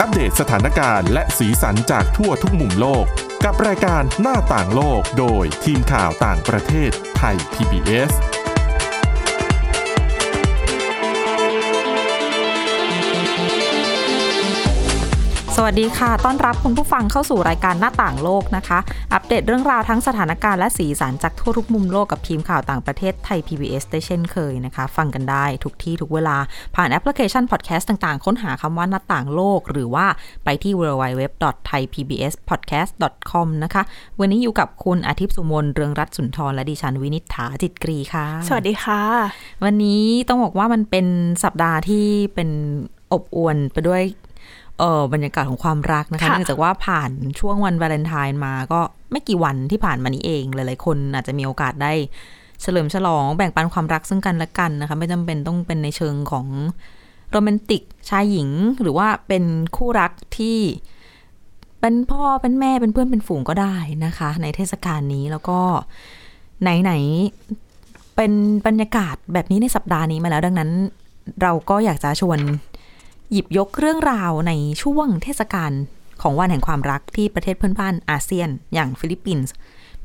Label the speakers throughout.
Speaker 1: อัปเดตสถานการณ์และสีสันจากทั่วทุกมุมโลก กับรายการหน้าต่างโลกโดยทีมข่าวต่างประเทศไทย PBS
Speaker 2: สวัสดีค่ะ ต้อนรับคุณผู้ฟังเข้าสู่รายการหน้าต่างโลกนะคะ อัปเดตเรื่องราวทั้งสถานการณ์และสีสันจากทั่วทุกมุมโลกกับทีมข่าวต่างประเทศไทย PBS ได้เช่นเคยนะคะ ฟังกันได้ทุกที่ทุกเวลา ผ่านแอปพลิเคชันพอดแคสต์ต่างๆ ค้นหาคำว่าหน้าต่างโลก หรือว่าไปที่ www.thaipbspodcast.com นะคะ วันนี้อยู่กับคุณอาทิตย์สุมนเรืองรัตน์สุนทรและดิฉันวินิษฐาจิตกรีค่ะ
Speaker 3: สวัสดีค่ะ
Speaker 2: วันนี้ต้องบอกว่ามันเป็นสัปดาห์ที่เป็นอบอวลไปด้วยเออบรรยากาศของความรักนะคะ
Speaker 3: ค่ะ
Speaker 2: เนื่องจากว่าผ่านช่วงวันวาเลนไทน์มาก็ไม่กี่วันที่ผ่านมานี้เอง หลายๆคนอาจจะมีโอกาสได้ เฉลิมฉลองแบ่งปันความรักซึ่งกันและกันนะคะ ไม่จำเป็นต้องเป็นในเชิงของโรแมนติกชายหญิง หรือว่าเป็นคู่รักที่เป็นพ่อเป็นแม่เป็นเพื่อนเป็นฝูงก็ได้นะคะ ในเทศกาลนี้แล้วก็ไหนๆเป็นบรรยากาศแบบนี้ในสัปดาห์นี้มาแล้วดังนั้น เราก็อยากจะชวน หยิบยกเรื่องราวในช่วงเทศกาลของวันแห่งความรักที่ประเทศเพื่อนบ้านอาเซียน อย่างฟิลิปปินส์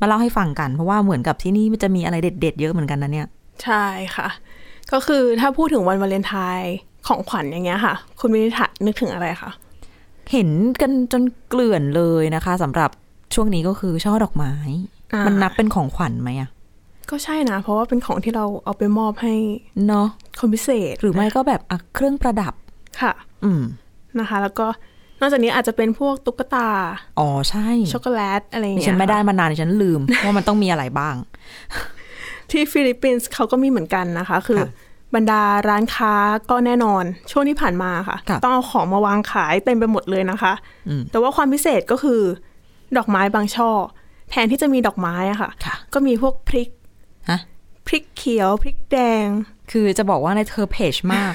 Speaker 2: มาเล่าให้ฟังกันเพราะว่าเหมือนกับที่นี่มันจะมีอะไรเด็ดๆเยอะเหมือนกันนะเนี่ย
Speaker 3: ใช่ค่ะ ก็คือถ้าพูดถึงวันวาเลนไทน์ของขวัญอย่างเงี้ยค่ะ คุณวินิษฐานึกถึงอะไรคะ
Speaker 2: เห็นกันจนเกลื่อนเลยนะคะสำหรับช่วงนี้ก็คือช่อดอกไม้
Speaker 3: อ่า
Speaker 2: มั
Speaker 3: มั
Speaker 2: นนับเป็นของขวัญไหมอะ
Speaker 3: ก็ใช่นะ เพราะว่าเป็นของที่เราเอาไปมอบให้
Speaker 2: เนาะ
Speaker 3: คนพิเศษ
Speaker 2: หรือไม่ก็แบบอ่ะเครื่องประดับ
Speaker 3: ค่ะ
Speaker 2: อืม
Speaker 3: นะคะ แล้วก็นอกจากนี้อาจจะเป็นพวกตุ๊กตา
Speaker 2: อ๋อใช่
Speaker 3: ช็อกโกแลตอะไรอย่าง
Speaker 2: ดิ
Speaker 3: เงี้ย
Speaker 2: ฉันไม่ได้
Speaker 3: ค่ะ
Speaker 2: มานานดิฉันลืม ว่ามันต้องมีอะไรบ้าง
Speaker 3: ที่ฟิลิปปินส์เขาก็มีเหมือนกันนะคะ คือ
Speaker 2: ค่ะ
Speaker 3: บรรดาร้านค้าก็แน่นอน ช่วงที่ผ่านมาค่ะ
Speaker 2: ค่ะ
Speaker 3: ต้องเอาของมาวางขายเต็มไปหมดเลยนะคะ
Speaker 2: อืม
Speaker 3: แต่ว่าความพิเศษก็คือ ดอกไม้บางช่อ แทนที่จะมีดอกไม้อะค่ะ
Speaker 2: ค่ะ
Speaker 3: ก็มีพวกพริก
Speaker 2: ฮะ
Speaker 3: พริกเขียว พริกแดง
Speaker 2: คือจะบอกว่าในเธอเพจ มาก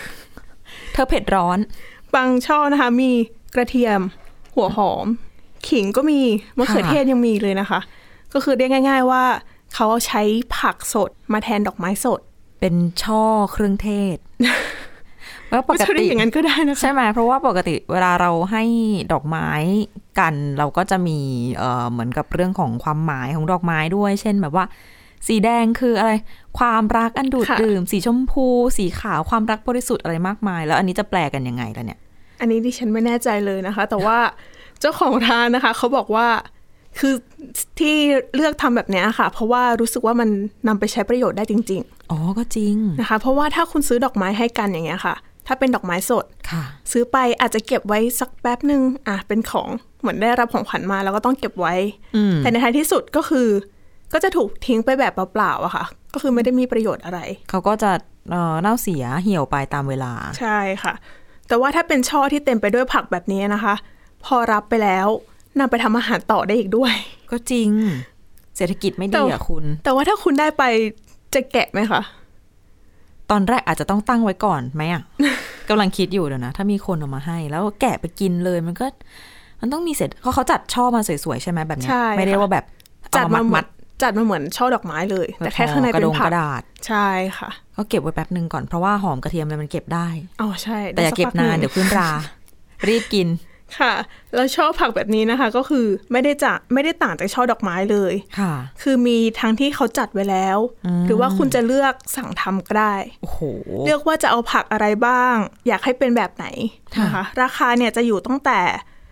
Speaker 2: เธอเผ็ดร้อน
Speaker 3: บางช่อนะคะ มีกระเทียม หัวหอม ขิงก็มี มะเขือ
Speaker 2: ค่ะ
Speaker 3: เทศยังมีเลยนะคะ ก็คือเรียกง่าย ๆ ว่า เขาเอาใช้ผักสดมาแทนดอกไม้สด
Speaker 2: เป็นช่อเครื่องเท ศ แล้วป
Speaker 3: ไม่
Speaker 2: ก
Speaker 3: ใช่
Speaker 2: ติ
Speaker 3: อย่างนั้นก็ได้นะคะ
Speaker 2: ใช่ไหมเพราะว่าปกติเวลาเราให้ดอกไม้กันเราก็จะมีเอ่อเหมือนกับเรื่องของความหมายของดอกไม้ด้วย เช่นแบบว่า สีแดงคืออะไร ความรักอันดูด
Speaker 3: ค่ะ
Speaker 2: ดื่ม สีชมพู สีขาวความรักบริสุทธิ์อะไรมากมาย แล้วอันนี้จะแปลกันยังไงล่ะเนี่ย
Speaker 3: อันนี้ดิฉันไม่แน่ใจเลยนะคะ แต่ว่าเจ้าของร้านนะคะ เขาบอกว่าคือที่เลือกทำแบบเนี้ยค่ะ เพราะว่ารู้สึกว่ามันนำไปใช้ประโยชน์ได้จริง
Speaker 2: อ๋อก็จริง
Speaker 3: ๆนะคะ เพราะว่าถ้าคุณซื้อดอกไม้ให้กันอย่างเงี้ยค่ะ ถ้าเป็นดอกไม้สด
Speaker 2: ค่ะ
Speaker 3: ซื้อไปอาจจะเก็บไว้สักแป๊บหนึ่งอ่ะเป็นของเหมือนได้รับของขวัญมาแล้วก็ต้องเก็บไว้
Speaker 2: อืม
Speaker 3: แต่ในท้ายที่สุดก็คือ ก็จะถูกทิ้งไปแบบเปล่าๆอะค่ะ ก็คือไม่ได้มีประโยชน์อะไร
Speaker 2: เขาก็จะเอ่อเน่าเสียเหี่ยวไปตามเวลา
Speaker 3: ใช่ค่ะ แต่ว่าถ้าเป็นช่อที่เต็มไปด้วยผักแบบนี้นะคะ พอรับไปแล้วนำไปทำอาหารต่อได้อีกด้วย
Speaker 2: ก็จริง เศรษฐกิจไม่ดี
Speaker 3: แต่
Speaker 2: อะคุณ
Speaker 3: แต่ว่าถ้าคุณได้ไปจะแกะไหมคะ
Speaker 2: ตอนแรกอาจจะต้องตั้งไว้ก่อนไหม อ่ะ กำลังคิดอยู่เดี๋ยวนะ ถ้ามีคนเออกมาให้ แล้วแกะไปกินเลยมันก็ มันต้องมีเสร็จเพราะเขาจัดช่อมาสวยๆใช่ไหมแบบเนี้ย
Speaker 3: ใช่
Speaker 2: ไม่ได้
Speaker 3: ค่ะ
Speaker 2: ว่าแบบเอ
Speaker 3: จัดมาเหมื
Speaker 2: มั
Speaker 3: อน
Speaker 2: ด
Speaker 3: จัดมาเหมือนช่อดอกไม้เลย
Speaker 2: ๆ
Speaker 3: แต่แค่ข้างใน
Speaker 2: กระ
Speaker 3: เป็
Speaker 2: ด
Speaker 3: น
Speaker 2: ง
Speaker 3: ผั
Speaker 2: ก
Speaker 3: ก
Speaker 2: ระดาษ
Speaker 3: ใช่ค่ะ
Speaker 2: ก็เก็บไว้แป๊บหนึ่งก่อนเพราะว่าหอมกระเทียมเลยมันเก็บได้
Speaker 3: อ๋อใช่
Speaker 2: แต่อย่าเก็บนาน
Speaker 3: สัพัหง
Speaker 2: เดี๋ยวขึ้นรา รีบกิน
Speaker 3: ค่ะแล้วช่อผักแบบนี้นะคะ ก็คือไม่ได้จะไม่ได้ต่างจากช่อดอกไม้เลย
Speaker 2: ค่ะ
Speaker 3: คือมีทั้งที่เขาจัดไว้แล้ว
Speaker 2: อืม
Speaker 3: หรือว่าคุณจะเลือกสั่งทำก็ได้
Speaker 2: โอ้โห
Speaker 3: เลือกว่าจะเอาผักอะไรบ้าง อยากให้เป็นแบบไหนนะคะ
Speaker 2: ค่ะ
Speaker 3: ราคาเนี่ยจะอยู่ตั้งแต่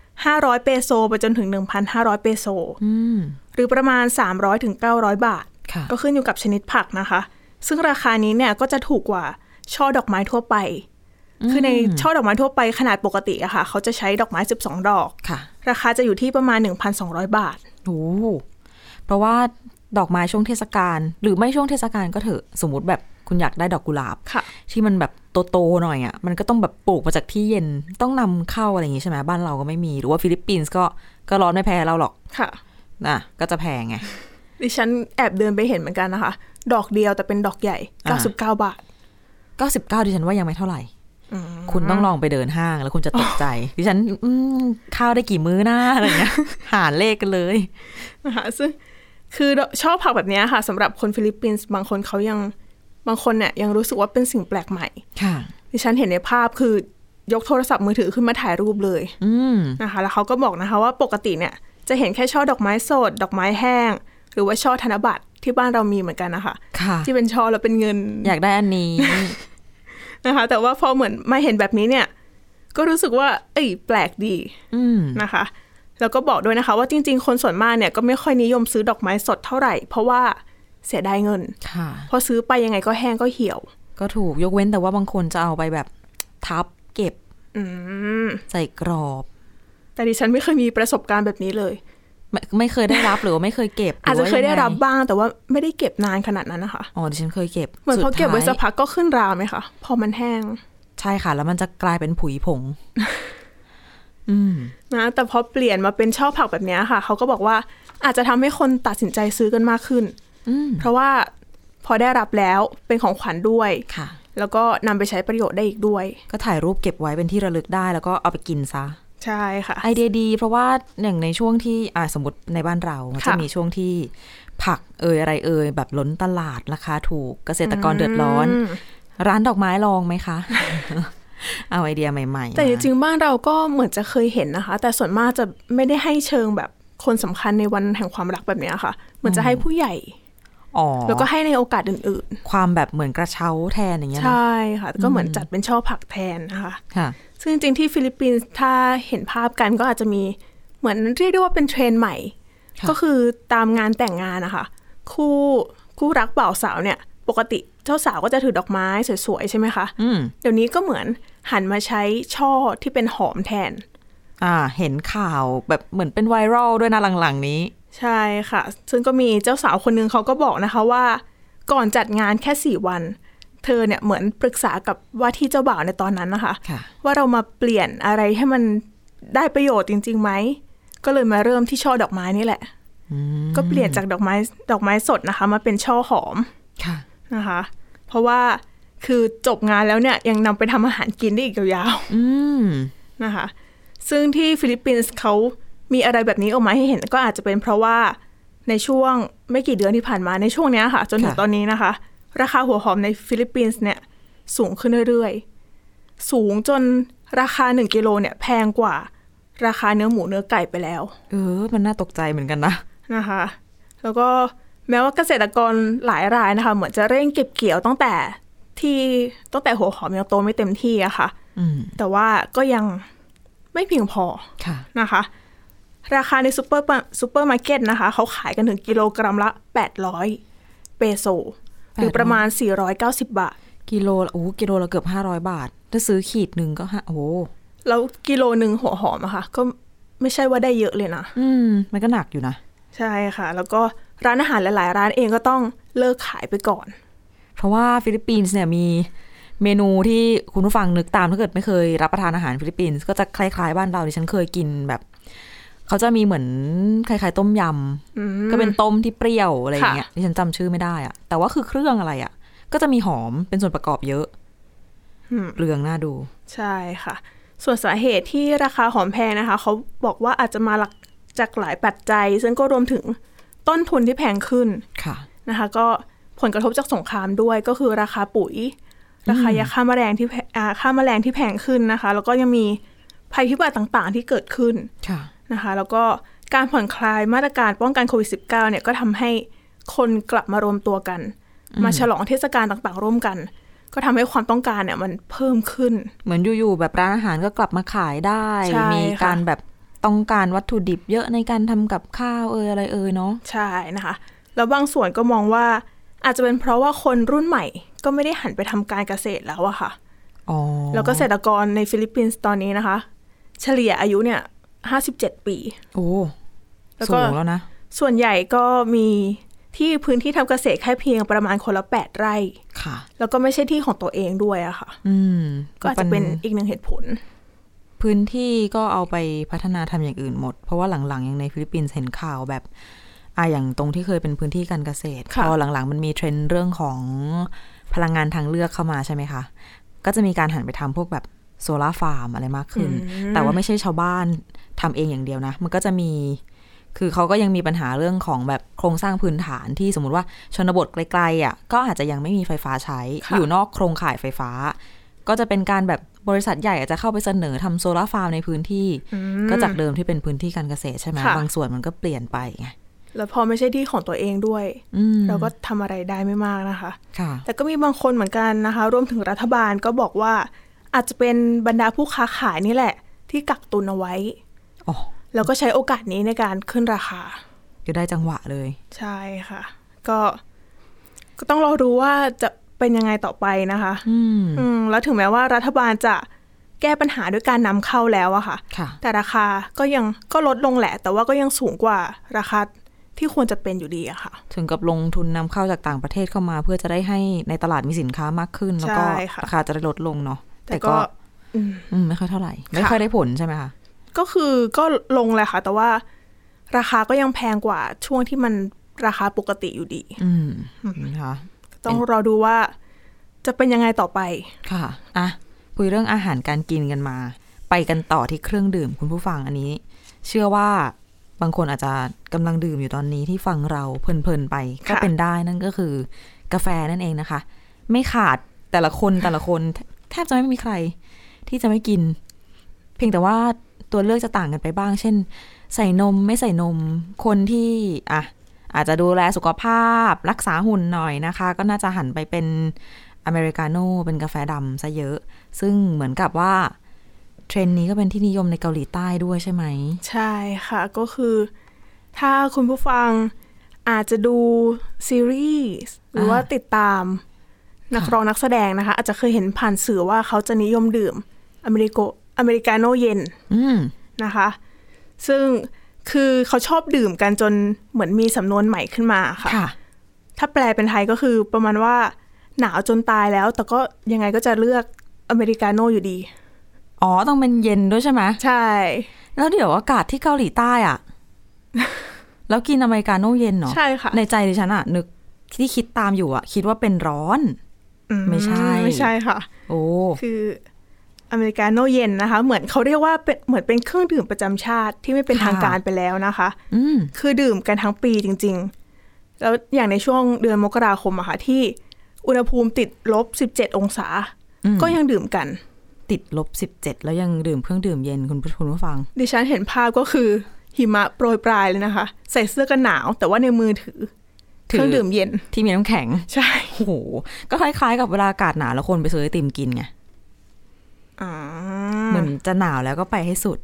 Speaker 3: 500 เปโซไปจนถึง 1,500 เปโซ
Speaker 2: อืม
Speaker 3: หรือประมาณ 300ถึง900 บาท
Speaker 2: ค่ะ
Speaker 3: ก็ขึ้นอยู่กับชนิดผักนะคะ ซึ่งราคานี้เนี่ยก็จะถูกกว่าช่อดอกไม้ทั่วไป คือในช่อดอกไม้ทั่วไปขนาดปกติอะค่ะ เขาจะใช้ดอกไม้ 12 ดอก
Speaker 2: ค่ะ
Speaker 3: ราคาจะอยู่ที่ประมาณ 1,200 บาท
Speaker 2: โอ้โหเพราะว่าดอกไม้ช่วงเทศกาลหรือไม่ช่วงเทศกาลก็เถอะสมมติแบบคุณอยากได้ดอกกุหลาบ
Speaker 3: ค่ะ
Speaker 2: ที่มันแบบโตๆหน่อยอะ่ะ มันก็ต้องแบบปลูกมาจากที่เย็นต้องนำเข้าอะไรอย่างงี้ใช่ไหมบ้านเราก็ไม่มี หรือว่าฟิลิปปินส์ก็ก็ร้อนไม่แพ้เราหรอก
Speaker 3: ค่ะ
Speaker 2: นะก็จะแพงไง
Speaker 3: ดิฉันแอบเดินไปเห็นเหมือนกันนะคะ ดอกเดียวแต่เป็นดอกใหญ่
Speaker 2: อ่า
Speaker 3: 99 บาท
Speaker 2: 99ดิฉันว่ายังไม่เท่าไหร่
Speaker 3: อืม
Speaker 2: คุณต้องลองไปเดินห้างแล้วคุณจะตกใจ ดิฉันอืมข้าวได้กี่มื้อหน้าอะไรเงี้ย หารเลขกันเลย
Speaker 3: นะคะ ซึ่งคือชอบผักแบบเนี้ยค่ะสำหรับคนฟิลิปปินส์บางคนเขายังบางคนเนี่ยยังรู้สึกว่าเป็นสิ่งแปลกใหม่
Speaker 2: ค่ะ
Speaker 3: ดิฉันเห็นในภาพคือ ยกโทรศัพท์มือถือขึ้นมาถ่ายรูปเลย
Speaker 2: อืม
Speaker 3: นะคะ แล้วเขาก็บอกนะคะว่าปกติเนี่ยจะเห็นแค่ช่อดอกไม้สด ดอกไม้แห้ง หรือว่าช่อธนบัตรที่บ้านเรามีเหมือนกันนะคะ
Speaker 2: ค่ะ
Speaker 3: ที่เป็นช่อแล้วเป็นเงิน
Speaker 2: อยากได้อันนี้
Speaker 3: นะคะแต่ว่าพอเหมือนมาเห็นแบบนี้เนี่ย ก็รู้สึกว่า เอ้ยแปลกดี
Speaker 2: อืม
Speaker 3: นะคะ แล้วก็บอกด้วยนะคะ ว่าจริง ๆ คนส่วนมากเนี่ยก็ไม่ค่อยนิยมซื้อดอกไม้สดเท่าไหร่ เพราะว่าเสียดายเงิน
Speaker 2: ค่ะ
Speaker 3: พอซื้อไปยังไงก็แห้งก็เหี่ยว
Speaker 2: ก็ถูกยกเว้นแต่ว่าบางคนจะเอาไปแบบทับเก็บ
Speaker 3: อืม
Speaker 2: ใส่กรอบ
Speaker 3: แต่ดิฉันไม่เคยมีประสบการณ์แบบนี้เลย
Speaker 2: ไม่ไม่เคยได้รับหรือว่าไม่เคยเก็บห
Speaker 3: อาจ
Speaker 2: รื
Speaker 3: จะ
Speaker 2: ว่
Speaker 3: เคยได้รับ
Speaker 2: งง
Speaker 3: บ้างแต่ว่าไม่ได้เก็บนานขนาดนั้นนะคะ
Speaker 2: อ๋อดิฉันเคยเก็บ
Speaker 3: เหมือนพอเก็บไว้สัก
Speaker 2: ดท้าย
Speaker 3: พักก็ขึ้นราวไหมคะพอมันแห้ง
Speaker 2: ใช่ค่ะ แล้วมันจะกลายเป็นผุยผง อืม
Speaker 3: นะแต่พอเปลี่ยนมาเป็นช่อผักแบบเนี้ยค่ะเขาก็บอกว่าอาจจะทำให้คนตัดสินใจซื้อกันมากขึ้น
Speaker 2: อืม
Speaker 3: เพราะว่าพอได้รับแล้วเป็นของขวัญด้วย
Speaker 2: ค่ะ
Speaker 3: แล้วก็นำไปใช้ประโยชน์ได้อีกด้วย
Speaker 2: ก็ถ่ายรูปเก็บไว้เป็นที่ระลึกได้แล้วก็เอาไปกินซะ
Speaker 3: ใช่ค่ะ
Speaker 2: ไอเดียดี เพราะว่าอย่างในช่วงที่อ่าสมมติในบ้านเรามันจะ
Speaker 3: ค่ะ
Speaker 2: มีช่วงที่ผักเอยอะไรเอยแบบล้นตลาดราคาถูกเกษตรกรเดือดร้อน ร้านดอกไม้ลองไหมคะ เอาไอเดียใหม่ๆ
Speaker 3: แต่จ
Speaker 2: มา
Speaker 3: ริงๆบ้านเราก็เหมือนจะเคยเห็นนะคะ แต่ส่วนมากจะไม่ได้ให้เชิงแบบคนสำคัญในวันแห่งความรักแบบเนี้ยค่ะเหมือนจะให้ผู้ใหญ่
Speaker 2: อ๋อ
Speaker 3: แล้วก็ให้ในโอกาสอื่น
Speaker 2: ความแบบเหมือนกระเช้าแทนอย่างเงี้
Speaker 3: ๆ
Speaker 2: ยเนอะ
Speaker 3: ใช่ค่ะก็เหมือนจัดเป็นช่อผักแทนนะคะ
Speaker 2: ค่ะ
Speaker 3: ซึ่งจริงๆที่ฟิลิปปินส์ถ้าเห็นภาพกันก็อาจจะมีเหมือนเรียกได้ว่าเป็นเทรนด์ใหม่
Speaker 2: ค่ะ
Speaker 3: ก็คือตามงานแต่งงานนะคะคู่คู่รักบ่าวสาวเนี่ย ปกติเจ้าสาวก็จะถือดอกไม้สวยๆใช่ไหมคะ
Speaker 2: อืม
Speaker 3: เดี๋ยวนี้ก็เหมือนหันมาใช้ช่อที่เป็นหอมแทน
Speaker 2: อ่า เห็นข่าวแบบเหมือนเป็นไวรัลด้วยนะหลังๆนี้
Speaker 3: ใช่ค่ะ ซึ่งก็มีเจ้าสาวคนหนึงเขาก็บอกนะคะว่า ก่อนจัดงานแค่สี่วัน เธอเนี่ยเหมือนปรึกษากับว่าที่เจ้าบ่าวในตอนนั้นนะคะ
Speaker 2: ค่ะ
Speaker 3: ว่าเรามาเปลี่ยนอะไรให้มันได้ประโยชน์จริงๆไหม ก็เลยมาเริ่มที่ช่อดอกไม้นี่แหละ ก็เปลี่ยนจากดอกไม้ดอกไม้สดนะคะ มาเป็นช่อหอม
Speaker 2: ค่ะ
Speaker 3: นะคะ เพราะว่าคือจบงานแล้วเนี่ยยังนำไปทำอาหารกินได้อีกยาวๆ
Speaker 2: อืม
Speaker 3: นะคะซึ่งที่ฟิลิปปินส์เขามีอะไรแบบนี้ออกมาให้เห็นก็อาจจะเป็นเพราะว่าในช่วงไม่กี่เดือนที่ผ่านมาในช่วงเนี้ยค่ะ จนถึง
Speaker 2: ค่ะ
Speaker 3: ตอนนี้นะคะ ราคาหัวหอมในฟิลิปปินส์เนี่ยสูงขึ้นเรื่อยๆ สูงจนราคา 1กิโลเนี่ยแพงกว่าราคาเนื้อหมูเนื้อไก่ไปแล้ว
Speaker 2: เออ มันน่าตกใจเหมือนกันนะ
Speaker 3: นะคะ แล้วก็แม้ว่าเกษตรกรหลายรายนะคะ เหมือนจะเร่งเก็บเกี่ยวตั้งแต่ที่ตั้งแต่หัวหอมยังโตไม่เต็มที่อะค่ะ
Speaker 2: อืม
Speaker 3: แต่ว่าก็ยังไม่เพียงพอ
Speaker 2: ค่ะ
Speaker 3: นะคะ ราคาในซูเปอร์ซูเปอร์มาร์เก็ตนะคะ เขาขายกันถึงกิโลกรัมละ 800 เปโซ หรือ
Speaker 2: 800
Speaker 3: ประมาณ 490 บาท
Speaker 2: กิโลละโอ้โหกิโลละเกือบห้าร้อยบาท ถ้าซื้อขีดหนึ่งก็ห้าโอ้โห
Speaker 3: แล้วกิโลหนึ่งหัวหอมอะค่ะ ก็ไม่ใช่ว่าได้เยอะเลยนะ
Speaker 2: อืม มันก็หนักอยู่นะ
Speaker 3: ใช่ค่ะ แล้วก็ร้านอาหารหลาย ๆ ร้านเองก็ต้องเลิกขายไปก่อน
Speaker 2: เพราะว่าฟิลิปปินส์เนี่ยมีเมนูที่คุณผู้ฟังนึกตามถ้าเกิดไม่เคยรับประทานอาหารฟิลิปปินส์ก็จะคล้ายๆบ้านเราดิฉันเคยกินแบบ เขาจะมีเหมือนคล้ายๆต้มย
Speaker 3: อืม
Speaker 2: ำก็เป็นต้มที่เปรี้ยวอะไรอย่างเงี้ย
Speaker 3: ค่ะ
Speaker 2: ดิฉันจำชื่อไม่ได้อะแต่ว่าคือเครื่องอะไรอะก็จะมีหอมเป็นส่วนประกอบเยอะ
Speaker 3: อืม
Speaker 2: เรืองน่าดู
Speaker 3: ใช่ค่ะ ส่วนสาเหตุที่ราคาหอมแพงนะคะ เขาบอกว่าอาจจะมาหลักจากหลายปัจจัย ซึ่งก็รวมถึงต้นทุนที่แพงขึ้น
Speaker 2: ค่ะ
Speaker 3: นะคะก็ผลกระทบจากสงครามด้วยก็คือราคาปุ๋ย ราคายาฆ่าแมลงที่แพอ่าค่าแมลงที่แพงขึ้นนะคะ แล้วก็ยังมีภัยพิบัติต่างๆ ที่เกิดขึ้น
Speaker 2: ค่ะ
Speaker 3: นะคะ แล้วก็การผ่อนคลายมาตรการป้องกันโควิด -19 เนี่ยก็ทำให้คนกลับมารวมตัวกัน มาฉลองเทศกาลต่างๆ ร่วมกัน ก็ทำให้ความต้องการเนี่ยมันเพิ่มขึ้น
Speaker 2: เหมือนอยู่ๆแบบร้านอาหารก็กลับมาขายได้
Speaker 3: ใช่
Speaker 2: มีการ
Speaker 3: ค่ะ
Speaker 2: แบบต้องการวัตถุดิบเยอะในการทำกับข้าวเอยอะไรเอยเนาะ
Speaker 3: ใช่นะคะ แล้วบางส่วนก็มองว่าอาจจะเป็นเพราะว่าคนรุ่นใหม่ก็ไม่ได้หันไปทำการเกษตรแล้วอะค่ะ
Speaker 2: อ๋อ
Speaker 3: แล้วก็เกษตรกรในฟิลิปปินส์ตอนนี้นะคะ เฉลี่ยอายุเนี่ยห้าสิบเจ็ดปี
Speaker 2: โอ้
Speaker 3: แล้วก็
Speaker 2: สูงแล้วนะ
Speaker 3: ส่วนใหญ่ก็มีที่พื้นที่ทำเกษตรแค่เพียงประมาณคนละแปดไร่
Speaker 2: ค่ะ
Speaker 3: แล้วก็ไม่ใช่ที่ของตัวเองด้วยอะค่ะ
Speaker 2: อืม
Speaker 3: ก็อาจจะเป็นอีกหนึ่งเหตุผล
Speaker 2: พื้นที่ก็เอาไปพัฒนาทำอย่างอื่นหมด เพราะว่าหลังๆอย่างในฟิลิปปินส์เห็นข่าวแบบอ่ะอย่างตรงที่เคยเป็นพื้นที่การเกษตร
Speaker 3: ค่ะ
Speaker 2: พอหลังๆ มันมีเทรนด์เรื่องของพลังงานทางเลือกเข้ามาใช่ไหมคะ ก็จะมีการหันไปทำพวกแบบโซลาร์ฟาร์มอะไรมากขึ้น แต่ว่าไม่ใช่ชาวบ้านทำเองอย่างเดียวนะ มันก็จะมี คือเขาก็ยังมีปัญหาเรื่องของแบบโครงสร้างพื้นฐานที่สมมติว่าชนบทไกลๆอ่ะก็อาจจะยังไม่มีไฟฟ้าใช้
Speaker 3: ค่ะ
Speaker 2: อยู่นอกโครงข่ายไฟฟ้า ก็จะเป็นการแบบ บริษัทใหญ่อาจจะเข้าไปเสนอทำโซลาร์ฟาร์มในพื้นที่
Speaker 3: อืม
Speaker 2: ก็จากเดิมที่เป็นพื้นที่การเกษตรใช่ไหม
Speaker 3: ค่ะ
Speaker 2: บางส่วนมันก็เปลี่ยนไปไง
Speaker 3: แล้วพอไม่ใช่ที่ของตัวเองด้วย
Speaker 2: อืม
Speaker 3: เราก็ทำอะไรได้ไม่มากนะคะ
Speaker 2: ค่ะ
Speaker 3: แต่ก็มีบางคนเหมือนกันนะคะ รวมถึงรัฐบาลก็บอกว่า อาจจะเป็นบรรดาผู้ค้าขายนี่แหละ ที่กักตุนเอาไว้
Speaker 2: อ๋อ
Speaker 3: แล้วก็ใช้โอกาสนี้ในการขึ้นราคา
Speaker 2: ก็ได้จังหวะเลย
Speaker 3: ใช่ค่ะ ก็ก็ต้องรอดูว่าจะเป็นยังไงต่อไปนะคะ
Speaker 2: อืม
Speaker 3: อืมแล้วถึงแม้ว่ารัฐบาลจะแก้ปัญหาด้วยการนำเข้าแล้วอะค่ะ
Speaker 2: ค่ะ
Speaker 3: แต่ราคาก็ยังก็ลดลงแหละ แต่ว่าก็ยังสูงกว่าราคาที่ควรจะเป็นอยู่ดีอะค่ะ
Speaker 2: ถึงกับลงทุนนำเข้าจากต่างประเทศเข้ามา เพื่อจะได้ให้ในตลาดมีสินค้ามากขึ้น แล้วก็
Speaker 3: ใช่ค่ะ
Speaker 2: ราคาจะได้ลดลงเนาะ
Speaker 3: แต่ก็อืม
Speaker 2: อืมไม่ค่อยเท่าไหร่ ไม่
Speaker 3: ค่ะ
Speaker 2: ค่อยได้ผลใช่ไหมคะ
Speaker 3: ก็คือก็ลงแหละค่ะ แต่ว่าราคาก็ยังแพงกว่าช่วงที่มันราคาปกติอยู่ดี
Speaker 2: อืมนะคะ
Speaker 3: ต้องรอดูว่าจะเป็นยังไงต่อไป
Speaker 2: ค่ะ อ่ะ คุยเรื่องอาหารการกินกันมา ไปกันต่อที่เครื่องดื่มคุณผู้ฟังอันนี้ เชื่อว่าบางคนอาจจะกำลังดื่มอยู่ตอนนี้ที่ฟังเราเพลินๆไป ก็
Speaker 3: ค่ะ
Speaker 2: เป็นได้นั่นก็คือกาแฟนั่นเองนะคะ ไม่ขาดแต่ละคนแต่ละคนแทแทบจะไม่มีใคร ที่จะไม่กิน เพียงแต่ว่าตัวเลือกจะต่างกันไปบ้าง เช่น ใส่นมไม่ใส่นมคนที่อ่ะอาจจะดูแลสุขภาพ รักษาหุ่นหน่อยนะคะ ก็น่าจะหันไปเป็น อเมริกาโน่เป็นกาแฟดำซะเยอะ ซึ่งเหมือนกับว่า เทรนด์นี้ก็เป็นที่นิยมในเกาหลีใต้ด้วยใช่ไหม
Speaker 3: ใช่ค่ะ ก็คือ ถ้าคุณผู้ฟังอาจจะดูซีรีส์หรือว่า
Speaker 2: อ่า
Speaker 3: ติดตาม นัก
Speaker 2: ค่ะ
Speaker 3: ร้องนักแสดงนะคะ อาจจะเคยเห็นผ่านสื่อว่าเขาจะนิยมดื่มอเมริโกอเมริกาโน่เย็น
Speaker 2: อืม
Speaker 3: นะคะ ซึ่งคือเขาชอบดื่มกันจนเหมือนมีสำนวนใหม่ขึ้นมาค่ะ
Speaker 2: ค่ะ
Speaker 3: ถ้าแปลเป็นไทยก็คือประมาณว่าหนาวจนตายแล้ว แต่ก็ยังไงก็จะเลือกอเมริกาโน่อยู่ดี
Speaker 2: อ๋อ ต้องเป็นเย็นด้วยใช่ไหม
Speaker 3: ใช่
Speaker 2: แล้วเดี๋ยวอากาศที่เกาหลีใต้ อ่ะ แล้วกินอเมริกาโน่เย็นเหรอ
Speaker 3: ใช่ค่ะ
Speaker 2: ในใจดิฉันอ่ะ นึกที่คิดตามอยู่อ่ะ คิดว่าเป็นร้อน
Speaker 3: อื
Speaker 2: ไม่ใช่
Speaker 3: ไม่ใช่ค่ะ
Speaker 2: โอ้
Speaker 3: คืออเมริกาโน่เย็นนะคะ เหมือนเขาเรียกว่าเป็นเหมือนเป็นเครื่องดื่มประจำชาติที่ไม่เป็น
Speaker 2: ค่ะ
Speaker 3: ทางการไปแล้วนะคะ
Speaker 2: อืม
Speaker 3: คือดื่มกันทั้งปีจริง ๆ แล้วอย่างในช่วงเดือนมกราคมอะค่ะที่อุณหภูมิติดลบ 17 องศา
Speaker 2: อืม
Speaker 3: ก็ยังดื่มกัน
Speaker 2: ติดลบสิบเจ็ดแล้วยังดื่มเครื่องดื่มเย็นคุณผู้คุณผู้ฟัง
Speaker 3: ดิฉันเห็นภาพก็คือหิมะโปรยปลายเลยนะคะ ใส่เสื้อกันหนาว แต่ว่าในมือถือ
Speaker 2: ถื
Speaker 3: เค
Speaker 2: อ
Speaker 3: รื่องดื่มเย็น
Speaker 2: ที่มีน้ำแข็ง
Speaker 3: ใช่
Speaker 2: โอ้โห ก็คล้ายๆ กับเวลาอากาศหนาวแล้วคนไปซื้อไอติมกินไง
Speaker 3: อ่า
Speaker 2: เหมือนจะหนาวแล้วก็ไปให้สุด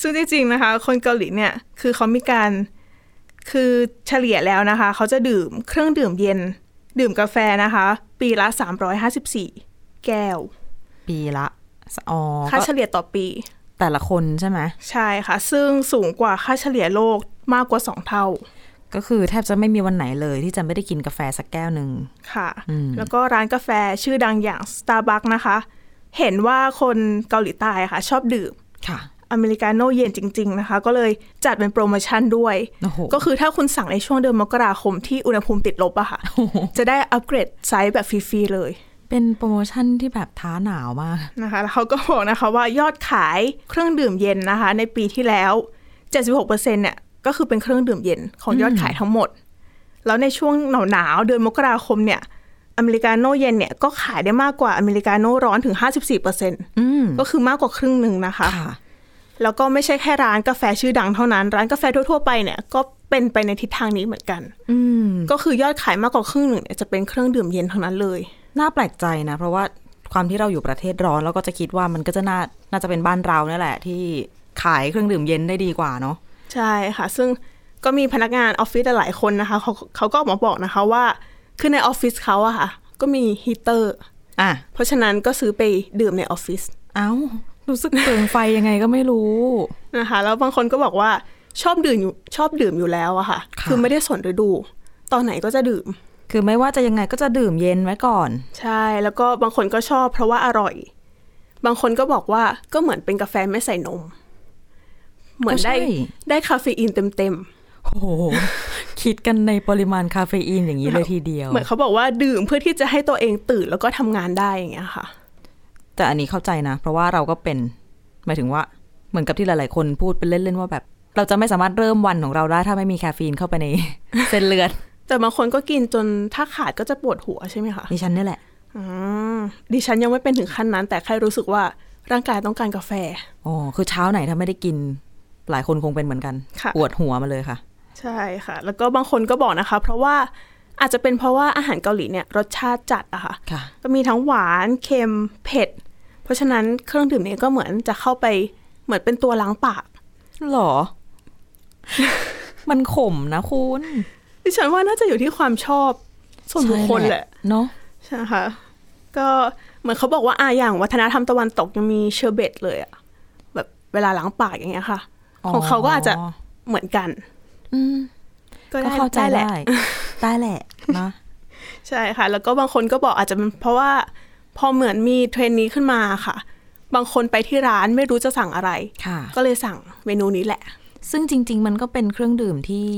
Speaker 3: ซึ่งจริงๆนะคะ คนเกาหลีเนี่ยคือเขามีการคือเฉลี่ยแล้วนะคะ เขาจะดื่มเครื่องดื่มเย็น ดื่มกาแฟนะคะ ปีละ 354 แก้ว
Speaker 2: ปีละอ๋อ
Speaker 3: ค่า
Speaker 2: ก็
Speaker 3: เฉลี่ยต่อปี
Speaker 2: แต่ละคนใช่ไหม
Speaker 3: ใช่ค่ะ ซึ่งสูงกว่าค่าเฉลี่ยโลกมากกว่า 2 เท่า
Speaker 2: ก็คือแทบจะไม่มีวันไหนเลยที่จะไม่ได้กินกาแฟสักแก้วหนึ่ง
Speaker 3: ค่ะ
Speaker 2: อืม
Speaker 3: แล้วก็ร้านกาแฟชื่อดังอย่าง Starbucks นะคะ เห็นว่าคนเกาหลีใต้ค่ะ ชอบดื่ม
Speaker 2: ค่ะ
Speaker 3: อเมริกาโน่เย็นจริง ๆ นะคะ ก็เลยจัดเป็นโปรโมชั่นด้วย
Speaker 2: โอ้โห
Speaker 3: ก็คือถ้าคุณสั่งในช่วงเดือนมกราคมที่อุณหภูมิติดลบอะค่ะ
Speaker 2: โอ้โห
Speaker 3: จะได้อัปเกรดไซส์แบบฟรี ๆ เลย
Speaker 2: เป็นโปรโมชั่นที่แบบท้าหนาวมาก
Speaker 3: นะคะแล้วเขาก็บอกนะคะว่ายอดขายเครื่องดื่มเย็นนะคะ ในปีที่แล้ว 76%เนี่ยก็คือเป็นเครื่องดื่มเย็นของยอดขายทั้งหมด แล้วในช่วงหนาวๆเดือนมกราคมเนี่ยอเมริกาโน่เย็นเนี่ยก็ขายได้มากกว่าอเมริกาโน่ร้อนถึง 54%
Speaker 2: อืม
Speaker 3: ก็คือมากกว่าครึ่งหนึ่งนะคะ
Speaker 2: ค่ะ
Speaker 3: แล้วก็ไม่ใช่แค่ร้านกาแฟชื่อดังเท่านั้น ร้านกาแฟทั่วๆไปเนี่ยก็เป็นไปในทิศทางนี้เหมือนกัน
Speaker 2: อืม
Speaker 3: ก็คือยอดขายมากกว่าครึ่งหนึ่งเนี่ยจะเป็นเครื่องดื่มเย็นทั้งนั้นเลย
Speaker 2: น่าแปลกใจนะ เพราะว่าความที่เราอยู่ประเทศร้อนแล้วก็จะคิดว่ามันก็จะน่าน่าจะเป็นบ้านเราเนี่ยแหละ ที่ขายเครื่องดื่มเย็นได้ดีกว่าเนาะ
Speaker 3: ใช่ค่ะ ซึ่งก็มีพนักงานออฟฟิศหลายๆคนนะคะเขาเขาก็ออกมาบอกนะคะว่าคือในออฟฟิศเขาอะค่ะ ก็มีฮีเตอร์
Speaker 2: อ่ะ
Speaker 3: เพราะฉะนั้นก็ซื้อไปดื่มในออฟฟิศ
Speaker 2: เอ้ารู้สึกเปลืองไฟยังไงก็ไม่รู้
Speaker 3: นะคะแล้วบางคนก็บอกว่าชอบดื่มอยู่ชอบดื่มอยู่แล้วอะค่ะ
Speaker 2: ค่ะ
Speaker 3: คือไม่ได้สนฤดู ตอนไหนก็จะดื่ม
Speaker 2: คือไม่ว่าจะยังไงก็จะดื่มเย็นไว้ก่อน
Speaker 3: ใช่แล้วก็บางคนก็ชอบเพราะว่าอร่อย บางคนก็บอกว่าก็เหมือนเป็นกาแฟไม่ใส่นม เหมือนได้
Speaker 2: ก็ใช่
Speaker 3: ได้คาเฟอีนเต็ม
Speaker 2: โอ้โห คิดกันในปริมาณคาเฟอีนอย่างนี้เลยทีเดียว
Speaker 3: ๆเหมือนเขาบอกว่าดื่มเพื่อที่จะให้ตัวเองตื่นแล้วก็ทำงานได้อย่างเงี้ยค่ะ
Speaker 2: แต่อันนี้เข้าใจนะ เพราะว่าเราก็เป็น หมายถึงว่า เหมือนกับที่หลาย ๆ คนพูดเป็นเล่น ๆ ว่าแบบ เราจะไม่สามารถเริ่มวันของเราได้ ถ้าไม่มีคาเฟอีนเข้าไปใน เส้นเลือด
Speaker 3: แต่บางคนก็กินจนถ้าขาดก็จะปวดหัวใช่ไหมคะ
Speaker 2: ดิฉันเนี่ยแหละ
Speaker 3: อ อืมดิฉันยังไม่เป็นถึงขั้นนั้น แต่แค่รู้สึกว่าร่างกายต้องการกาแฟ
Speaker 2: อ๋อคือเช้าไหนถ้าไม่ได้กิน หลายคนคงเป็นเหมือนกัน
Speaker 3: ค่ะ
Speaker 2: ปวดหัวมาเลยค่ะ
Speaker 3: ใช่ค่ะ แล้วก็บางคนก็บอกนะคะ เพราะว่าอาจจะเป็นเพราะว่าอาหารเกาหลีเนี่ยรสชาติจัดอะค่ะ
Speaker 2: ค่ะ
Speaker 3: ก็มีทั้งหวานเค็มเผ็ด เพราะฉะนั้นเครื่องดื่มเนี้ก็เหมือนจะเข้าไปเหมือนเป็นตัวล้างปาก
Speaker 2: หรอ มันขมนะคุณ
Speaker 3: ดิฉันว่าน่าจะอยู่ที่ความชอบส่วนบุคคลแหละ
Speaker 2: เนาะ
Speaker 3: ใช่ค่ะก็เหมือนเขาบอกว่าอ่ะอย่างวัฒนธรรมตะวันตกยังมีเชอร์เบตเลยอะแบบเวลาล้างปากอย่างเงี้ยค่ะ ของเขาก็อาจจะเหมือนกัน
Speaker 2: อืม
Speaker 3: ก็
Speaker 2: ก็
Speaker 3: ได้
Speaker 2: เข้าใจ
Speaker 3: ได้แหละ
Speaker 2: ได้ ได้แหละนะ
Speaker 3: ใช่ค่ะ แล้วก็บางคนก็บอกอาจจะเป็นเพราะว่า พอเหมือนมีเทรนด์นี้ขึ้นมาค่ะ บางคนไปที่ร้านไม่รู้จะสั่งอะไร
Speaker 2: ค่ะ
Speaker 3: ก็เลยสั่งเมนูนี้แหละ
Speaker 2: ซึ่งจริง ๆ มันก็เป็นเครื่องดื่มที่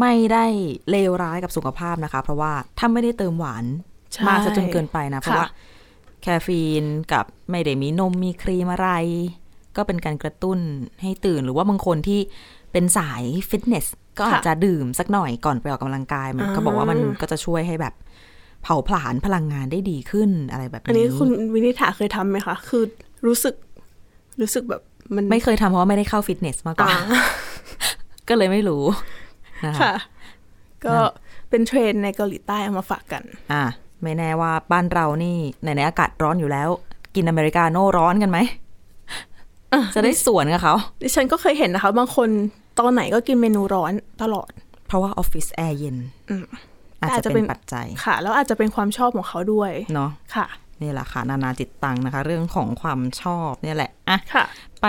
Speaker 2: ไม่ได้เลวร้ายกับสุขภาพนะคะ เพราะว่าถ้าไม่ได้เติมหวาน
Speaker 3: ใช่
Speaker 2: มากซะจนเกินไปนะ เพราะ
Speaker 3: ค่ะ
Speaker 2: ว่าแคฟีนกับไม่ได้มีนมมีครีมอะไร ก็เป็นการกระตุ้นให้ตื่น หรือว่าบางคนที่เป็นสายฟิตเนส ก็อาจจะดื่มสักหน่อยก่อนไปออกกำลังกายมันก็บอกว่ามันก็จะช่วยให้แบบเผาผลาญพลังงานได้ดีขึ้นอะไรแบบ
Speaker 3: อันนี้
Speaker 2: นี้
Speaker 3: คุณวินิษฐาเคยทำไหมคะ คือรู้สึกรู้สึกแบบมัน
Speaker 2: ไม่เคยทำเพราะว่าไม่ได้เข้าฟิตเนสมาก่อ
Speaker 3: อ่าน
Speaker 2: ก็เลยไม่รู้นะคะ
Speaker 3: ค่ะ ก็เป็นเทรนด์ในเกาหลีใต้เอามาฝากกัน
Speaker 2: อ่ะไม่แน่ว่าบ้านเรานี่ในในๆอากาศร้อนอยู่แล้ว กินอเมริกาโน่ร้อนกันไหม จะได้สวนกับเขา
Speaker 3: ดิฉันก็เคยเห็นนะคะ บางคนตอนไหนก็กินเมนูร้อนตลอด
Speaker 2: เพราะว่าออฟฟิศแอร์เย็น
Speaker 3: อืม
Speaker 2: อาจจะ
Speaker 3: อาจจะ
Speaker 2: เป็
Speaker 3: เป็
Speaker 2: น
Speaker 3: น
Speaker 2: ปัจจัย
Speaker 3: ค่ะ แล้วอาจจะเป็นความชอบของเขาด้วย
Speaker 2: เนาะ
Speaker 3: ค่ะ
Speaker 2: นี่แหละค่ะ นานาจิตตังนะคะ เรื่องของความชอบเนี่ยแหละอ่ะ
Speaker 3: ค่ะ
Speaker 2: ไป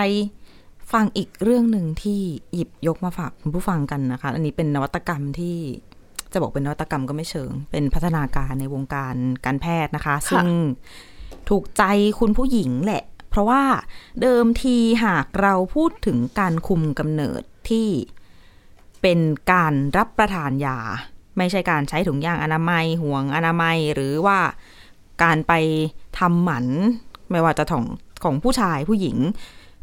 Speaker 2: ฟังอีกเรื่องหนึ่งที่หยิบยกมาฝากคุณผู้ฟังกันนะคะ อันนี้เป็นนวัตกรรมที่จะบอกเป็นนวัตกรรมก็ไม่เชิง เป็นพัฒนาการในวงการการแพทย์นะคะ ซึ่งถูกใจคุณผู้หญิงแหละ เพราะว่าเดิมทีหากเราพูดถึงการคุมกำเนิดที่เป็นการรับประทานยา ไม่ใช่การใช้ถุงยางอนามัยห่วงอนามัยหรือว่าการไปทำหมันไม่ว่าจะของของผู้ชายผู้หญิง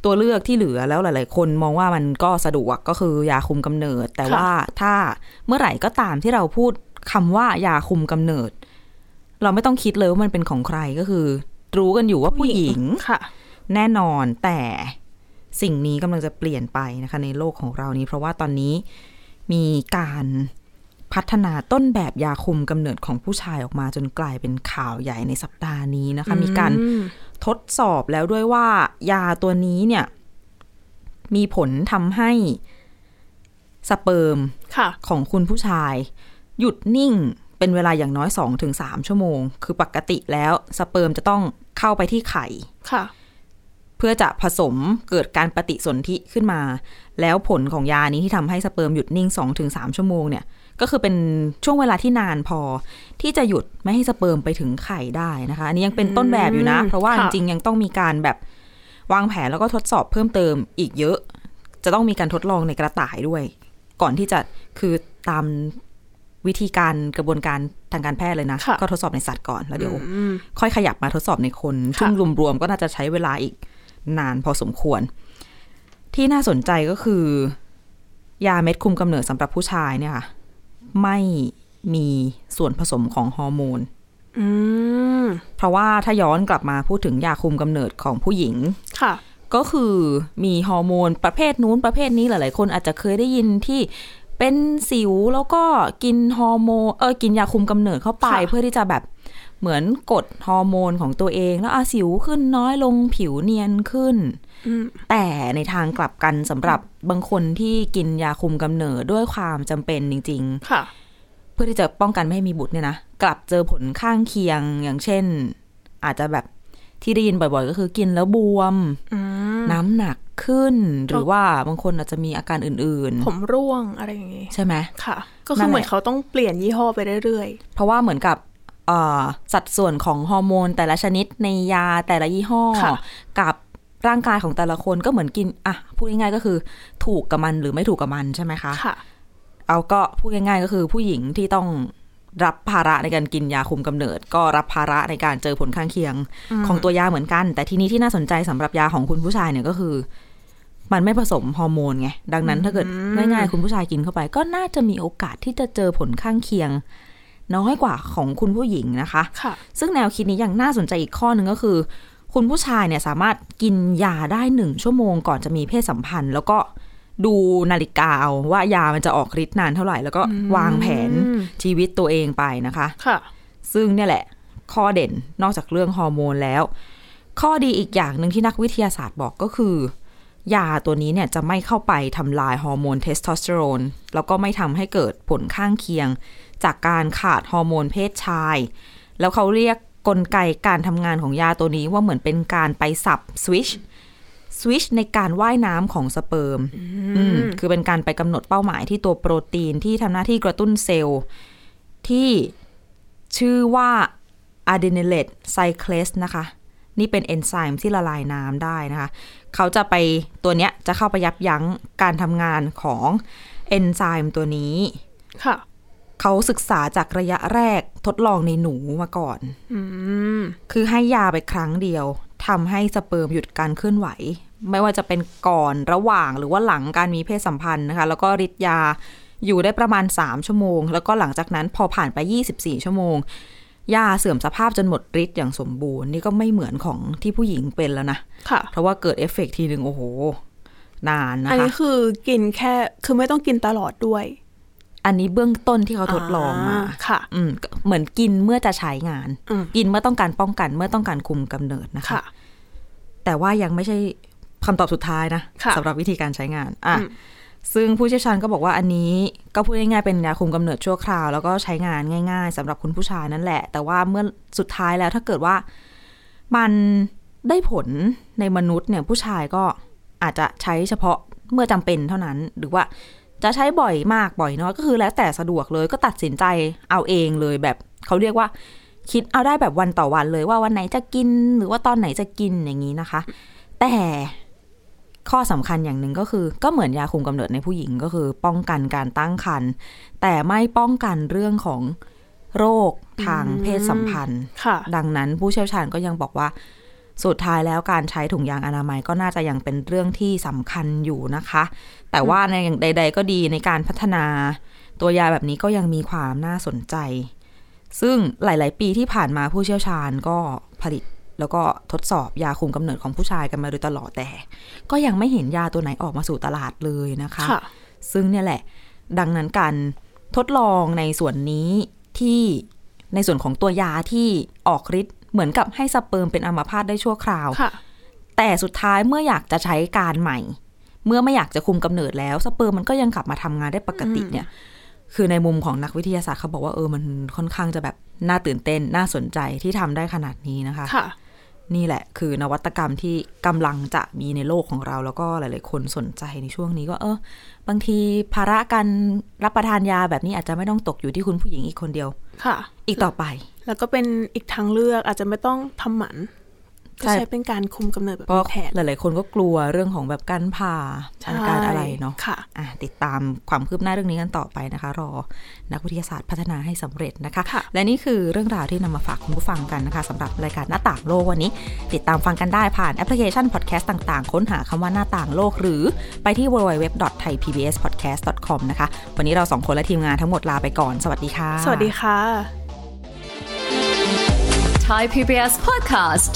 Speaker 2: ตัวเลือกที่เหลือแล้วหลาย ๆ คนมองว่ามันก็สะดวกก็คือยาคุมกำเนิด แต่
Speaker 3: ค่ะ
Speaker 2: ว่าถ้าเมื่อไหร่ก็ตามที่เราพูดคำว่ายาคุมกำเนิด เราไม่ต้องคิดเลยว่ามันเป็นของใครก็คือ รู้กันอยู่ว่าผู้หญิง
Speaker 3: ค่ะ
Speaker 2: แน่นอนแต่สิ่งนี้กำลังจะเปลี่ยนไปนะคะ ในโลกของเรานี้ เพราะว่าตอนนี้มีการพัฒนาต้นแบบยาคุมกำเนิดของผู้ชายออกมาจนกลายเป็นข่าวใหญ่ในสัปดาห์นี้นะคะ มีการ
Speaker 3: อืม
Speaker 2: ทดสอบแล้วด้วยว่ายาตัวนี้เนี่ย มีผลทำให้สเปิร์ม
Speaker 3: ค่ะ
Speaker 2: ของคุณผู้ชาย หยุดนิ่งเป็นเวลาอย่างน้อย 2-3 ชั่วโมง คือปกติแล้วสเปิร์มจะต้องเข้าไปที่ไข่
Speaker 3: ค่ะ
Speaker 2: เพื่อจะผสมเกิดการปฏิสนธิขึ้นมา แล้วผลของยานี้ที่ทำให้สเปิร์มหยุดนิ่ง 2-3 ชั่วโมงเนี่ย ก็คือเป็นช่วงเวลาที่นานพอ ที่จะหยุดไม่ให้สเปิร์มไปถึงไข่ได้นะคะ อันนี้ยังเป็นต้นแบบอยู่นะ
Speaker 3: อืม
Speaker 2: เพราะว่าจ
Speaker 3: ค่ะ
Speaker 2: ริงๆยังต้องมีการแบบวางแผนแล้วก็ทดสอบเพิ่มเติมอีกเยอะ จะต้องมีการทดลองในกระต่ายด้วย ก่อนที่จะคือตามวิธีการกระบวนการทางการแพทย์เลยนะ
Speaker 3: ค่ะ
Speaker 2: ก็ทดสอบในสัตว์ก่อนแล้วเดี๋ยว
Speaker 3: อืม
Speaker 2: ค่อยขยับมาทดสอบในคน
Speaker 3: ค่ะ
Speaker 2: ซึ่งรวมๆก็น่าจะใช้เวลาอีกนานพอสมควร ที่น่าสนใจก็คือ ยาเม็ดคุมกำเนิดสำหรับผู้ชายเนี่ยค่ะ ไม่มีส่วนผสมของฮอร์โมน
Speaker 3: อืม
Speaker 2: เพราะว่าถ้าย้อนกลับมาพูดถึงยาคุมกำเนิดของผู้หญิง
Speaker 3: ค่ะ
Speaker 2: ก็คือมีฮอร์โมนประเภทนู้นประเภทนี้หลายๆ คนอาจจะเคยได้ยินที่เป็นสิวแล้วก็กินฮอร์โมนเออกินยาคุมกำเนิดเข้าไป
Speaker 3: ค่ะ
Speaker 2: เพื่อที่จะแบบเหมือนกดฮอร์โมนของตัวเอง แล้วอาสิวขึ้นน้อยลงผิวเนียนขึ้น
Speaker 3: อืม
Speaker 2: แต่ในทางกลับกันสำหรับบางคนที่กินยาคุมกำเนิดด้วยความจำเป็นจริง ๆ
Speaker 3: ค่ะ
Speaker 2: เพื่อที่จะป้องกันไม่ให้มีบุตรเนี่ยนะกลับเจอผลข้างเคียงอย่างเช่น อาจจะแบบที่ได้ยินบ่อยๆ ก็คือกินแล้วบวม
Speaker 3: อืม
Speaker 2: น้ำหนักขึ้น หรือ
Speaker 3: ก็
Speaker 2: ว่าบางคนอาจจะมีอาการอื่น
Speaker 3: ผมร่วงอะไรอย่างงี้
Speaker 2: ๆ ใช่ไหม
Speaker 3: ค่ะ ก็
Speaker 2: นั่
Speaker 3: คือ
Speaker 2: แหละ
Speaker 3: นเหมือนเขาต้องเปลี่ยนยี่ห้อไปเรื่อย
Speaker 2: เพราะว่าเหมือนกับเอ่อสัดส่วนของฮอร์โมนแต่ละชนิดในยาแต่ละยี่ห้อ
Speaker 3: ค่ะ
Speaker 2: กับร่างกายของแต่ละคนก็เหมือนกินอ่ะพูดง่ายๆก็คือถูกกับมันหรือไม่ถูกกับมันใช่ไหมคะ
Speaker 3: ๆ ค่ะ
Speaker 2: เอาก็พูดง่ายๆก็คือผู้หญิงที่ต้องรับภาระในการกินยาคุมกำเนิด ก็รับภาระในการเจอผลข้างเคียงของตัวยาเหมือนกัน แต่ทีนี้ที่น่าสนใจสำหรับยาของคุณผู้ชายเนี่ยก็คือ มันไม่ผสมฮอร์โมนไงดังนั้นถ้าเกิดง่ายๆ คุณผู้ชายกินเข้าไป ก็น่าจะมีโอกาสที่จะเจอผลข้างเคียง น้อยกว่าของคุณผู้หญิงนะคะ
Speaker 3: ค่ะ
Speaker 2: ซึ่งแนวคิดนี้อย่างน่าสนใจอีกข้อหนึ่งก็คือ คุณผู้ชายเนี่ยสามารถกินยาได้หนึ่งชั่วโมงก่อนจะมีเพศสัมพันธ์ แล้วก็ดูนาฬิกาเอาว่ายามันจะออกฤทธิ์นานเท่าไหร่ แล้วก็วางแผน
Speaker 3: อืม
Speaker 2: ชีวิตตัวเองไปนะคะ
Speaker 3: ค่ะ
Speaker 2: ซึ่งเนี่ยแหละ ข้อเด่นนอกจากเรื่องฮอร์โมนแล้ว ข้อดีอีกอย่างหนึ่งที่นักวิทยาศาสตร์บอกก็คือ ยาตัวนี้เนี่ยจะไม่เข้าไปทำลายฮอร์โมนเทสโทสเตอโรนแล้วก็ไม่ทำให้เกิดผลข้างเคียง จากการขาดฮอร์โมนเพศชาย แล้วเขาเรียกกลไกการทำงานของยาตัวนี้ว่าเหมือนเป็นการไปสับสวิชสวิชในการว่ายน้ำของสเปิร์มอืมคือเป็นการไปกำหนดเป้าหมายที่ตัวโปรตีนที่ทำหน้าที่กระตุ้นเซลล์ ที่ชื่อว่า adenylate cyclase นะคะ นี่เป็นเอนไซม์ที่ละลายน้ำได้นะคะ เขาจะไปตัวเนี้ยจะเข้าไปยับยั้งการทำงานของเอนไซม์ตัวนี้
Speaker 3: ค่ะ
Speaker 2: เขาศึกษาจากระยะแรกทดลองในหนูมาก่อน
Speaker 3: อืม
Speaker 2: คือให้ยาไปครั้งเดียวทำให้สเปิร์มหยุดการเคลื่อนไหว ไม่ว่าจะเป็นก่อนระหว่างหรือว่าหลังการมีเพศสัมพันธ์นะคะ แล้วก็ฤทธิ์ยาอยู่ได้ประมาณ 3 ชั่วโมง แล้วก็หลังจากนั้นพอผ่านไป 24 ชั่วโมง ยาเสื่อมสภาพจนหมดฤทธิ์อย่างสมบูรณ์นี่ก็ไม่เหมือนของที่ผู้หญิงเป็นแล้วนะ
Speaker 3: ค่ะ
Speaker 2: เพราะว่าเกิดเอฟเฟกต์ทีหนึ่งโอ้โห นานนะ
Speaker 3: อัน
Speaker 2: คะ
Speaker 3: นี้คือกินแค่ คือไม่ต้องกินตลอดด้วย
Speaker 2: อันนี้เบื้องต้นที่เขาทดลองมา
Speaker 3: ค่ะ
Speaker 2: อืมก็เหมือนกินเมื่อจะใช้งาน
Speaker 3: อืม
Speaker 2: กินเมื่อต้องการป้องกันเมื่อต้องการคุมกำเนิดนะคะ
Speaker 3: ค่ะ
Speaker 2: แต่ว่ายังไม่ใช่คำตอบสุดท้ายนะ
Speaker 3: ค่ะ
Speaker 2: สำหรับวิธีการใช้งานอ่ะ
Speaker 3: อืม
Speaker 2: ซึ่งผู้เชี่ยวชาญก็บอกว่าอันนี้ก็พูดง่ายๆเป็นยาคุมกำเนิดชั่วคราว แล้วก็ใช้งานง่ายๆสำหรับคุณผู้ชายนั่นแหละ แต่ว่าเมื่อสุดท้ายแล้วถ้าเกิดว่ามันได้ผลในมนุษย์เนี่ยผู้ชายก็อาจจะใช้เฉพาะเมื่อจำเป็นเท่านั้น หรือว่าจะใช้บ่อยมากบ่อยน้อยก็คือแล้วแต่สะดวกเลยก็ตัดสินใจเอาเองเลยแบบเขาเรียกว่า คิดเอาได้แบบวันต่อวันเลยว่าวันไหนจะกินหรือว่าตอนไหนจะกินอย่างนี้นะคะ แต่ข้อสำคัญอย่างหนึ่งก็คือ ก็เหมือนยาคุมกำเนิดในผู้หญิงก็คือ ป้องกันการตั้งครรภ์แต่ไม่ป้องกันเรื่องของโรคทางเพศสัมพันธ์
Speaker 3: ค่ะ
Speaker 2: ดังนั้นผู้เชี่ยวชาญก็ยังบอกว่า สุดท้ายแล้วการใช้ถุงยางอนามัยก็น่าจะยังเป็นเรื่องที่สำคัญอยู่นะคะ แต่ว่าในอย่างใด ๆ ก็ดีในการพัฒนา ตัวยาแบบนี้ก็ยังมีความน่าสนใจ ซึ่งหลาย ๆ ปีที่ผ่านมาผู้เชี่ยวชาญก็ผลิต แล้วก็ทดสอบยาคุมกำเนิดของผู้ชายกันมาโดยตลอดแต่ ก็ยังไม่เห็นยาตัวไหนออกมาสู่ตลาดเลยนะคะ
Speaker 3: ค่ะ
Speaker 2: ซึ่งเนี่ยแหละ ดังนั้นการทดลองในส่วนนี้ที่ในส่วนของตัวยาที่ออกฤทธิ์เหมือนกับให้สเปิร์มเป็นอัมพาตได้ชั่วคราว
Speaker 3: ค่ะ
Speaker 2: แต่สุดท้ายเมื่ออยากจะใช้การใหม่ เมื่อไม่อยากจะคุมกำเนิดแล้ว สเปิร์มมันก็ยังกลับมาทำงานได้ปกติเนี่ย คือในมุมของนักวิทยาศาสตร์เขาบอกว่าเออมันค่อนข้างจะแบบน่าตื่นเต้นน่าสนใจที่ทำได้ขนาดนี้นะคะ
Speaker 3: ค่ะ
Speaker 2: นี่แหละคือนวัตกรรมที่กำลังจะมีในโลกของเรา แล้วก็หลาย ๆ คนสนใจในช่วงนี้ก็เออ บางทีภาระการรับประทานยาแบบนี้อาจจะไม่ต้องตกอยู่ที่คุณผู้หญิงอีกคนเดียว
Speaker 3: ค่ะ
Speaker 2: อีกต่อไป
Speaker 3: แล้วก็เป็นอีกทางเลือกอาจจะไม่ต้องทำหมันก็
Speaker 2: ใช่
Speaker 3: ใช้เป็นการคุมกำเนิดแบบ
Speaker 2: เพราะ
Speaker 3: มีแผน
Speaker 2: หลาย ๆ คนก็กลัวเรื่องของแบบการผ่าอาการอะไรเนาะ
Speaker 3: ค่ะ
Speaker 2: อ่ะติดตามความคืบหน้าเรื่องนี้กันต่อไปนะคะ รอนักวิทยาศาสตร์พัฒนาให้สำเร็จนะคะ
Speaker 3: ค่ะ
Speaker 2: และนี่คือเรื่องราวที่นำมาฝากคุณผู้ฟังกันนะคะสำหรับรายการหน้าต่างโลกวันนี้ ติดตามฟังกันได้ผ่านแอปพลิเคชันพอดแคสต์ต่างๆ ค้นหาคำว่าหน้าต่างโลกหรือไปที่ www.thaipbspodcast.com นะคะ วันนี้เราสองคนและทีมงานทั้งหมดลาไปก่อน สวัสดีค่ะ
Speaker 3: สวัสดีค่ะ
Speaker 4: Thai PBS podcast.